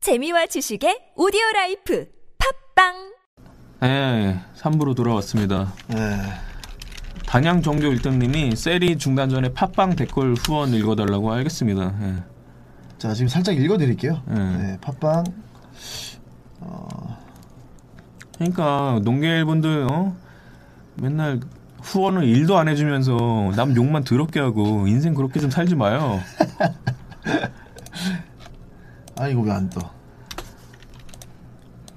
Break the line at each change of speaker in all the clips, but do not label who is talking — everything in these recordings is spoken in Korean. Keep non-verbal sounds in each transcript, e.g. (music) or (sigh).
재미와 지식의 오디오 라이프 팝빵
네, 3부로 돌아왔습니다.
네.
단양 정조 1등님이 세리 중단 전에 팟빵 댓글 후원 읽어달라고 알겠습니다. 예.
자 지금 살짝 읽어드릴게요.
음.
네, 팟빵
그러니까 농계일분들 어? 맨날 후원을 일도 안 해주면서 남 욕만 더럽게 하고 인생 그렇게 좀 살지 마요.
아 이거 왜 안 떠?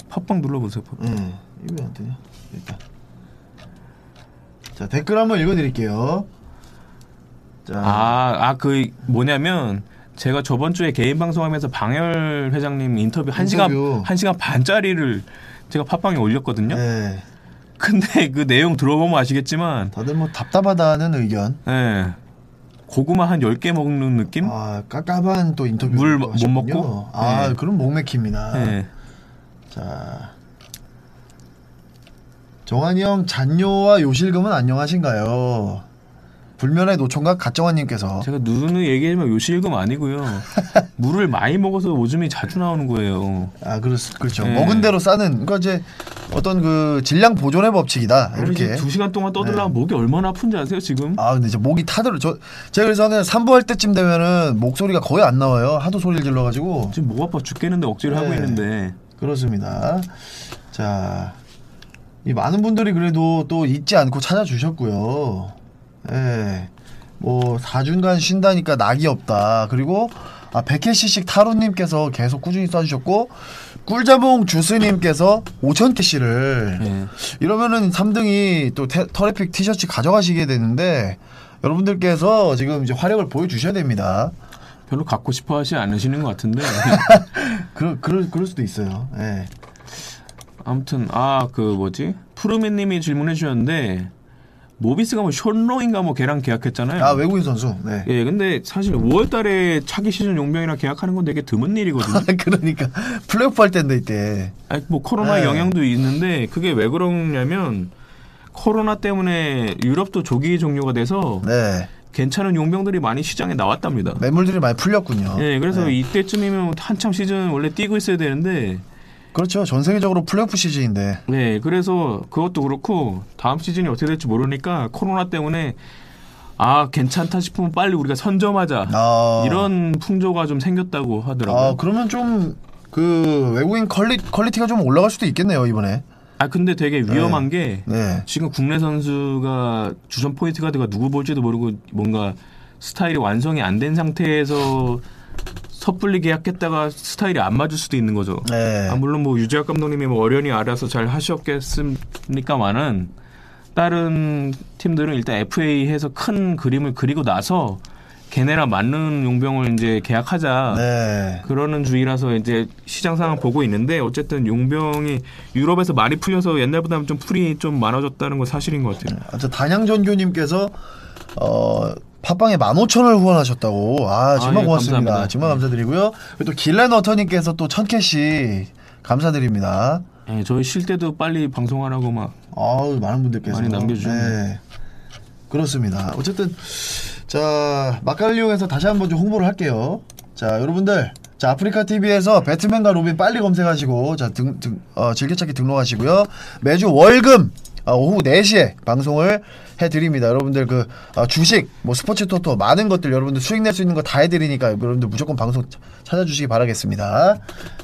팟빵 눌러보세요. 팟빵.
음, 이거 왜 안 뜨냐? 일단 자 댓글 한번 읽어드릴게요. 자
아, 아, 그, 뭐냐면, 제가 저번 주에 개인 방송하면서 방열 회장님 인터뷰 한시간
인터뷰.
한시간 반짜리를 제가 팟빵에 올렸거든요.
네,
근데 그 내용 들어보면 아시겠지만,
다들 뭐 답답하다는 의견.
예. 고구마 한 10개 먹는 느낌?
아 깝깝한 또 인터뷰
음? 물못
하셨군요.
먹고?
아
네.
그럼 목맥힙니다.
예.
자 정한이 형 잔뇨와 요실금은 안녕하신가요? 불면의 노총각 가정환님께서
제가 누누이 얘기하지만 요실금
(laughs)
아니고요. 물을 많이 먹어서 오줌이 자주 나오는 거예요.
아 그렇 그렇죠
예.
먹은 대로 싸는 그러니까 이제 어떤 그 질량 보존의 법칙이다 아, 이렇게 네.
두 시간 동안 떠들라면 목이 얼마나 아픈지 아세요, 지금?
아 근데 이제 목이 타들어 저 제가 그래서 는 산보할 때쯤 되면은 목소리가 거의 안 나와요 하도 소리를 질러가지고
지금 목 아파 죽겠는데 억지로 하고
네.
있는데.
그렇습니다 자이 많은 분들이 그래도 또 잊지 않고 찾아주셨고요 예, 예뭐 4주간 쉰다니까 낙이 없다 그리고 아 백혜씨씩 타로님께서 계속 꾸준히 써주셨고 꿀자몽 주스님께서 5,000캐시를
예.
이러면은 3등이 또 테- 터래픽 티셔츠 가져가시게 되는데 여러분들께서 지금 이제 화력을 보여주셔야 됩니다. (laughs)
별로 갖고 싶어 하지 않으시는 것 같은데.
그럴 그럴 그럴 수도 있어요. 예.
아무튼 아 그 뭐지 푸르미님이 질문해 주셨는데 모비스가 뭐 션로인가 뭐 걔랑 계약했잖아요.
아 외국인 선수. 네.
예, 근데 사실 5월달에 차기 시즌 용병이랑 계약하는 건 되게 드문 일이거든요.
(laughs) 그러니까 플레이오프 할 때인데 이때.
아니, 뭐 코로나 의
네.
영향도 있는데 그게 왜 그러냐면 코로나 때문에 유럽도 조기 종료가 돼서
네.
괜찮은 용병들이 많이 시장에 나왔답니다.
매물들이 많이 풀렸군요.
예, 그래서
네.
이때쯤이면 한참 시즌 원래 뛰고 있어야 되는데
그렇죠. 전 세계적으로 플레이오프 시즌인데.
네, 그래서 그것도 그렇고 다음 시즌이 어떻게 될지 모르니까 코로나 때문에 아 괜찮다 싶으면 빨리 우리가 선점하자
아.
이런 풍조가 좀 생겼다고
아
하더라고요.
그러면 좀 그 외국인 퀄리 퀄리티가 좀 올라갈 수도 있겠네요 이번에.
아 근데 되게 위험한 게
네.
지금 국내 선수가 주전 포인트 가드가 누구 볼지도 모르고 뭔가 스타일이 완성이 안 된 상태에서 섣불리 계약했다가 스타일이 안 맞을 수도 있는 거죠.
네.
아, 물론 뭐 유재학 감독님이 뭐 어련히 알아서 잘 하셨겠습니까만은 다른 팀들은 일단 FA해서 큰 그림을 그리고 나서 걔네랑 맞는 용병을 이제 계약하자
네.
그러는 주의라서 이제 시장 상황 보고 있는데 어쨌든 용병이 유럽에서 많이 풀려서 옛날보다는 좀 풀이 좀 많아졌다는 건 사실인 것 같아요.
아, 저 단양전교님께서 어 팟빵에 15,000원을 후원하셨다고. 아, 정말
아, 예,
고맙습니다.
감사합니다.
정말 감사드리고요. 그리고 또 길레너터님께서 또 1000캐시 감사드립니다.
예, 저희 쉴 때도 빨리 방송하라고 막
아우, 많은 분들께서
많이 남겨주셨네요.
네. 그렇습니다. 어쨌든 자, 마카리용에서 다시 한번 좀 홍보를 할게요. 자, 여러분들 자, 아프리카 TV에서 배트맨과 로빈 빨리 검색하시고 자, 등, 등, 어, 즐겨찾기 등록하시고요. 매주 월금 아, 오후 4시에 방송을 해드립니다. 여러분들 그 아, 주식, 뭐 스포츠 토토 많은 것들 여러분들 수익 낼 수 있는 거 다 해드리니까 여러분들 무조건 방송 차- 찾아주시기 바라겠습니다.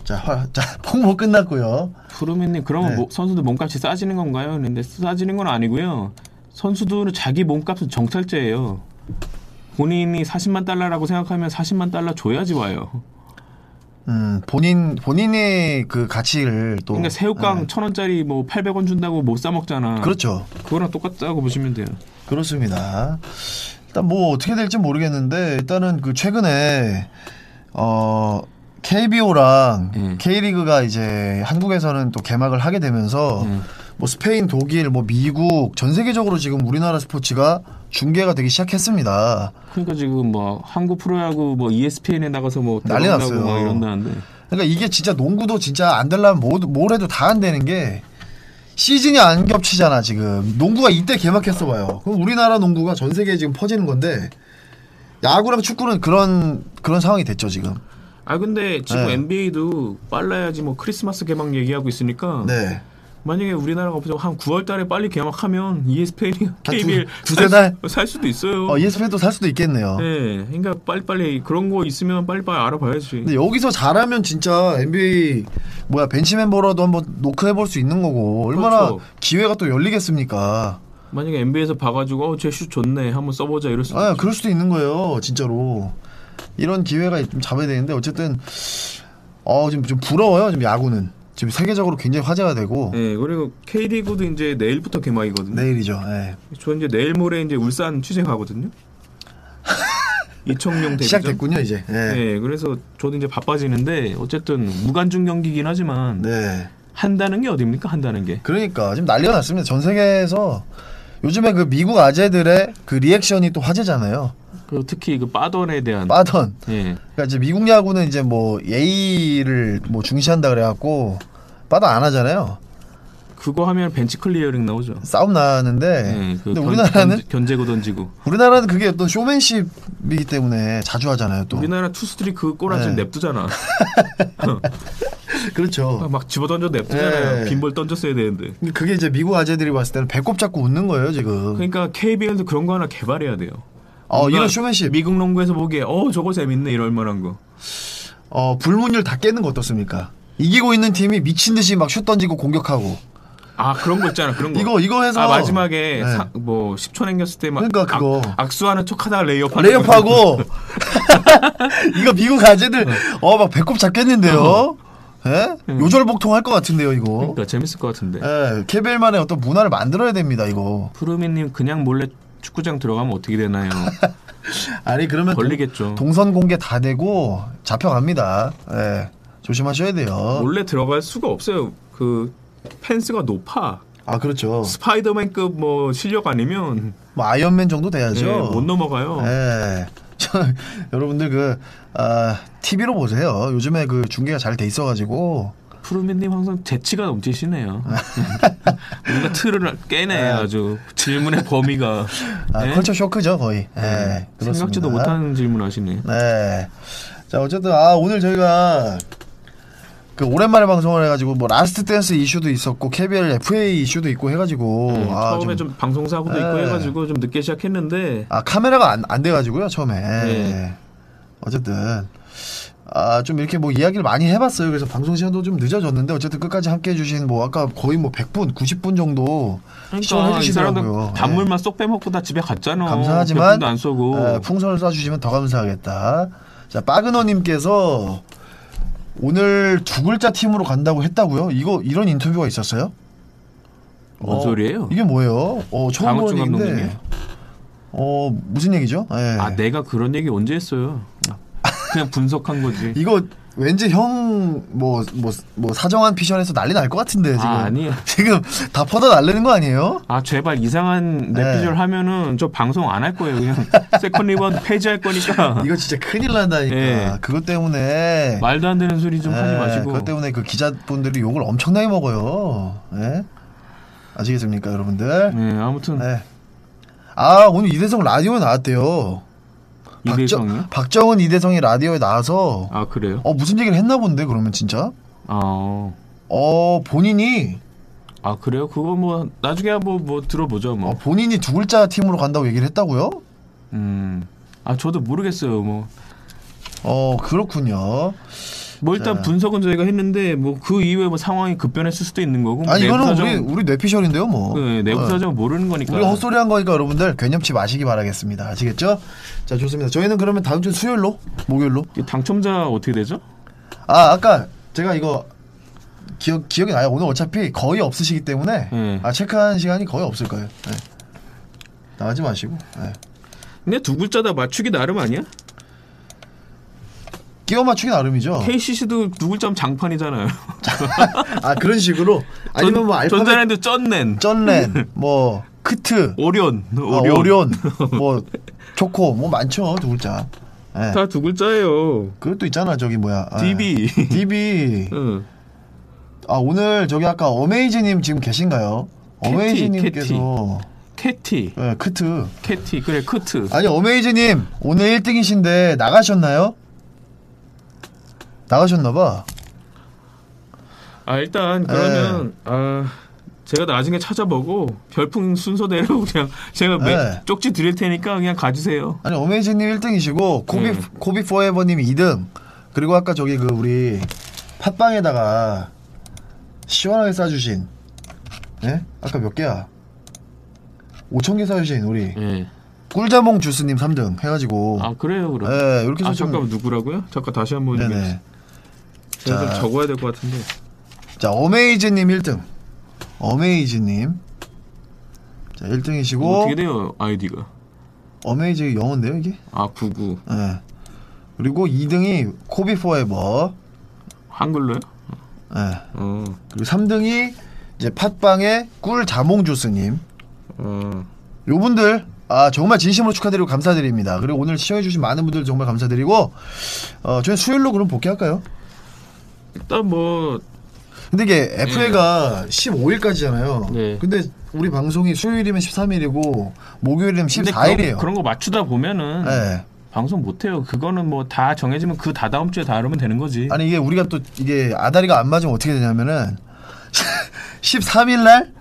자, 화- 자 (laughs) 홍보 끝났고요.
푸르미님 그러면
네.
뭐- 선수들 몸값이 싸지는 건가요? 근데 싸지는 건 아니고요. 선수들은 자기 몸값은 정찰제예요. 본인이 40만 달러라고 생각하면 40만 달러 줘야지 와요.
음, 본인 본인의 그 가치를 또
그러니까 새우깡 1,000원짜리 뭐 800원 준다고 못 사 먹잖아.
네. 그렇죠.
그거랑 똑같다고 보시면 돼요.
그렇습니다. 일단 뭐 어떻게 될지 모르겠는데 일단은 그 최근에 어 KBO랑
음.
K리그가 이제 한국에서는 또 개막을 하게 되면서 뭐 스페인, 독일, 뭐 미국 전 세계적으로 지금 우리나라 스포츠가 중계가 되기 시작했습니다.
그러니까 지금 뭐 한국 프로야구 뭐 ESPN에 나가서 뭐
난리
대박 나고
났어요.
막 이런다는데.
그러니까 이게 진짜 농구도 진짜 안 되려면 뭐, 뭘 해도 다 안 되는 게 시즌이 안 겹치잖아 지금 농구가 이때 개막했어 봐요 그럼 우리나라 농구가 전 세계에 지금 퍼지는 건데 야구랑 축구는 그런 그런 상황이 됐죠 지금
아 근데 지금
네.
NBA도 빨라야지 뭐 크리스마스 개막 얘기하고 있으니까
네.
만약에 우리나라가 없어서 한 9월달에 빨리 개막하면 E ESPN이 (laughs)
두-
KBL
두세 달?
살 수도 있어요.
어, ESPN도 살 수도 있겠네요.
네, 그러니까 빨리빨리 그런 거 있으면 빨리빨리 알아봐야지.
근데 여기서 잘하면 진짜 NBA 뭐야 벤치 멤버라도 한번 노크해 볼 수 있는 거고 얼마나
그렇죠.
기회가 또 열리겠습니까?
만약에 NBA에서 봐가지고 어쟤슛 좋네 한번 써보자 이럴 수도
아, 그럴 수도 있는 거예요, 진짜로. 이런 기회가 좀 잡아야 되는데 어쨌든 어, 지금 좀 부러워요, 지금 야구는. 지금 세계적으로 굉장히 화제가 되고
네, 그리고 K리그도 이제 내일부터 개막이거든요.
내일이죠. 예.
저 이제 내일 모레 이제 울산 취재
(laughs)
가거든요. 이청용 대전
시작됐군요, 이제. 예. 네.
네, 그래서 저도 이제 바빠지는데 어쨌든 무관중 경기긴 하지만 한다는 게 어딥니까 한다는 게.
네. 그러니까 지금 난리가 났습니다. 전 세계에서 요즘에 그 미국 아재들의 그 리액션이 또 화제잖아요.
그 특히 그 빠던에 대한
빠던.
예.
그러니까 이제 미국 야구는 이제 뭐 예의를 뭐 중시한다 그래갖고 빠도 안 하잖아요.
그거 하면 벤치 클리어링 나오죠.
싸움
예,
나는데
그
네. 근데
견-
우리나라는
견제- 견제고 던지고.
우리나라는 그게 어떤 쇼맨십이기 때문에 자주 하잖아요. 또
우리나라 투수들이 그 꼬라지
네.
냅두잖아. (laughs)
그렇죠.
막 집어 던져 냅두잖아요.
네.
빈볼 던졌어야 되는데.
근데 그게 이제 미국 아재들이 봤을 때는 배꼽 잡고 웃는 거예요 지금.
그러니까 KBL도 그런 거 하나 개발해야 돼요.
어
뭔가
이런 쇼맨십,
미국 농구에서 보기에 어 저거 재밌네 이럴 만한 거.
어 불문율 다 깨는 거 어떻습니까? 이기고 있는 팀이 미친 듯이 막 슛 던지고 공격하고
아 그런 거 있잖아 그런 거.
이거 이거 해서
아 마지막에
네.
사- 뭐 10초 남겼을 때막
그러니까 그거. 아,
악, 수하는 척하다가 레이업 하는 거.
레이업하고
네.
(laughs) 이거 미국 아재들 어 막 배꼽
어.
잡겠는데요. 예?
음.
요절복통할 것 같은데요 이거.
그러니까 재밌을 것 같은데.
예, 케벨만의 어떤 문화를 만들어야 됩니다 이거.
푸르미님 그냥 몰래 축구장 들어가면 어떻게
(laughs)
되나요?
아니 그러면
걸리겠죠.
동, 선 공개 다 되고 잡혀갑니다. 예. 조심하셔야 돼요.
몰래 들어갈 수가 없어요. 그 펜스가 높아.
아 그렇죠.
스파이더맨급 뭐 실력 아니면
뭐 아이언맨 정도 돼야죠.
예, 못 넘어가요.
예. (laughs) 저, 여러분들 그 아, TV로 보세요. 요즘에 그 중계가 잘 돼 있어가지고
푸르미님 항상 재치가 넘치시네요.
아.
(laughs) 뭔가 틀을 깨네 아주 질문의 범위가
아,
예?
컬처 쇼크죠 거의. 예. 그렇습니다.
네, 생각지도 못하는 질문하시네.
네. 자 어쨌든 아 오늘 저희가 그 오랜만에 방송을 해가지고 뭐 라스트 댄스 이슈도 있었고 KBL FA 이슈도 있고 해가지고
음,
아,
처음에
좀
좀, 방송 사고도 있고
예.
해가지고 좀 늦게 시작했는데
아 카메라가 안, 안 돼가지고요 처음에
네.
어쨌든 아 좀 이렇게 뭐 이야기를 많이 해봤어요 그래서 방송 시간도 좀 늦어졌는데 어쨌든 끝까지 함께해 주신 뭐 아까 거의 뭐 100분 90분 정도 시청해
그러니까 이
주시더라고요 예,
사람들 단물만 쏙 빼먹고 다 집에 갔잖아.
뭐, 감사하지만
백분도 안 쏘고
예, 풍선을 쏴주시면 더 감사하겠다 자 빠그너님께서 오늘 두 글자 팀으로 간다고 했다고요 이거 이런 인터뷰가 있었어요
뭔
어,
소리예요?
이게 뭐예요 어 처음
강호중
보는 얘기인데
감독님이에요.
어 무슨 얘기죠 예.
아 내가 그런 얘기 언제 했어요? 그냥 분석한 거지.
(laughs) 이거 왠지 형 뭐 뭐 뭐 사정한 피셜에서 난리 날 것 같은데 지금
아 아니에요.
(laughs) 지금 다 퍼다 날리는 거 아니에요?
아 제발 이상한
네.
내피셜 하면은 저 방송 안 할 거예요.
(laughs)
그냥 세컨 리번 폐지할 거니까
이거 진짜 큰일 난다니까
아. 예.
그것 때문에
말도 안 되는 소리 좀 하지
예,
마시고.
그것 때문에 그 기자분들이 욕을 엄청나게 먹어요. 예? 아시겠습니까 여러분들?
네 아무튼
예. 아 오늘 이대성 라디오에 나왔대요.
이대성이요.
박정, 은 이대성이 라디오에 나와서
아 그래요?
어 무슨 얘기를 했나 본데 그러면 진짜
아, 어.
어 본인이
아 그래요? 그거 뭐 나중에 한번 뭐 들어보죠
어,
뭐.
본인이 두 글자 팀으로 간다고 얘기를 했다고요?
음. 아 저도 모르겠어요 뭐.
어 그렇군요.
뭐 일단
네.
분석은 저희가 했는데 뭐 그 이후에 뭐 상황이 급변했을 수도 있는 거고.
아니
뭐
이거는
내부
우리
사정-
우리 뇌피셜인데요 뭐.
네, 내부 사정 모르는 거니까.
우리 헛소리 한 거니까 여러분들 괴념치 마시기 바라겠습니다. 아시겠죠? 자 좋습니다. 저희는 그러면 다음 주 수요일로 목요일로.
이 당첨자 어떻게 되죠?
아 아까 제가 이거 기억 기억이 나요. 오늘 어차피 거의 없으시기 때문에
네.
아 체크하는 시간이 거의 없을 거예요. 네. 나가지 마시고. 네.
근데 두 글자 다 맞추기 나름 아니야?
끼워 맞추기 나름이죠.
네. KCC도 두 글자면 장판이잖아요.
아 그런 식으로 아니면 뭐 알파벳
전자랜드 쩐넨,
쩐렌 뭐 크트
오리온,
어,
오리온, (laughs)
오리온 뭐 초코 뭐 많죠 두 글자. 네.
다 두 글자예요.
그것도 있잖아 저기 뭐야 아,
DB.
DB
(laughs) 응.
아 오늘 저기 아까 어메이지님 지금 계신가요?
캐티,
어메이지님께서
캐티,
예, 크트
캐티, 그래
아,
크트.
아니 어메이지님 오늘 1등이신데 나가셨나요? 나가셨나봐.
아 일단
네.
그러면 아 제가 나중에 찾아보고 별풍 순서대로 (laughs) 그냥 제가 매-
네.
쪽지 드릴 테니까 그냥 가주세요.
아니 어메이징님 1등이시고 코비
음.
코비 포에버님 2등 그리고 아까 저기 그 우리 팥빵에다가 시원하게 싸주신 예 아까 몇 개야 5천 개 싸주신 우리
예.
꿀자몽 주스님 3등 해가지고
아 그래요 그럼.
예 이렇게
아
해서 좀-
잠깐 만 누구라고요? 잠깐 다시 한번
네네
제가 좀
자.
적어야 될 것 같은데.
자 어메이징님 1등 어메이징님 자 뭐?
어떻게
1등이시고
돼요 아이디가?
어메이징 영어인데요 이게
아 구구
예 그리고 2등이 코비 포에버
한글로요?
예
어.
그리고 3등이 이제 팟빵의 꿀 자몽 주스님.
어.
요분들 아 정말 진심으로 축하드리고 감사드립니다. 그리고 오늘 시청해주신 많은 분들 정말 감사드리고 어 저희 수요일로 그럼 복귀할까요?
일단 뭐
근데 이게 FA가 15일까지잖아요.
네.
근데 우리 방송이 수요일이면 13일이고 목요일이면
근데
14일이에요.
그런, 그런 거 맞추다 보면은
네.
방송 못 해요. 그거는 뭐 다 정해지면 그 다다음 주에 다루면 되는 거지.
아니 이게 우리가 또 이게 아다리가 안 맞으면 어떻게 되냐면은 (laughs) 13일 날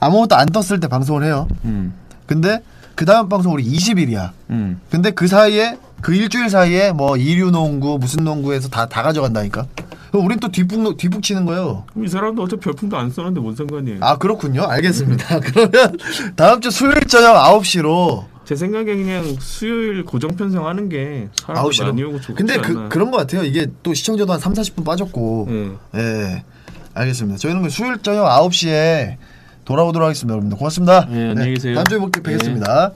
아무것도 안 떴을 때 방송을 해요.
음.
근데 그 다음 방송 우리 20일이야.
음.
근데 그 사이에 그 일주일 사이에 뭐 이류 농구 무슨 농구에서 다 다 가져간다니까. 그럼 우린 또 뒷북 뒷북 치는 거예요.
그럼 이 사람도 어차피 별풍도 안 썼는데 뭔 상관이에요?
아 그렇군요. 알겠습니다. (laughs) 그러면 다음 주 수요일 저녁 9시로
제 생각에 그냥 수요일 고정 편성하는 게 사람
9시로.
많이 오고 좋지
근데 그
않나.
그런 거 같아요. 이게 또 시청자도 한 3, 40분 빠졌고.
예.
예. 알겠습니다. 저희는 그 수요일 저녁 9시에 돌아오도록 하겠습니다. 여러분들 고맙습니다.
예, 안녕히 계세요.
다음 주에 뵙- 뵙겠습니다.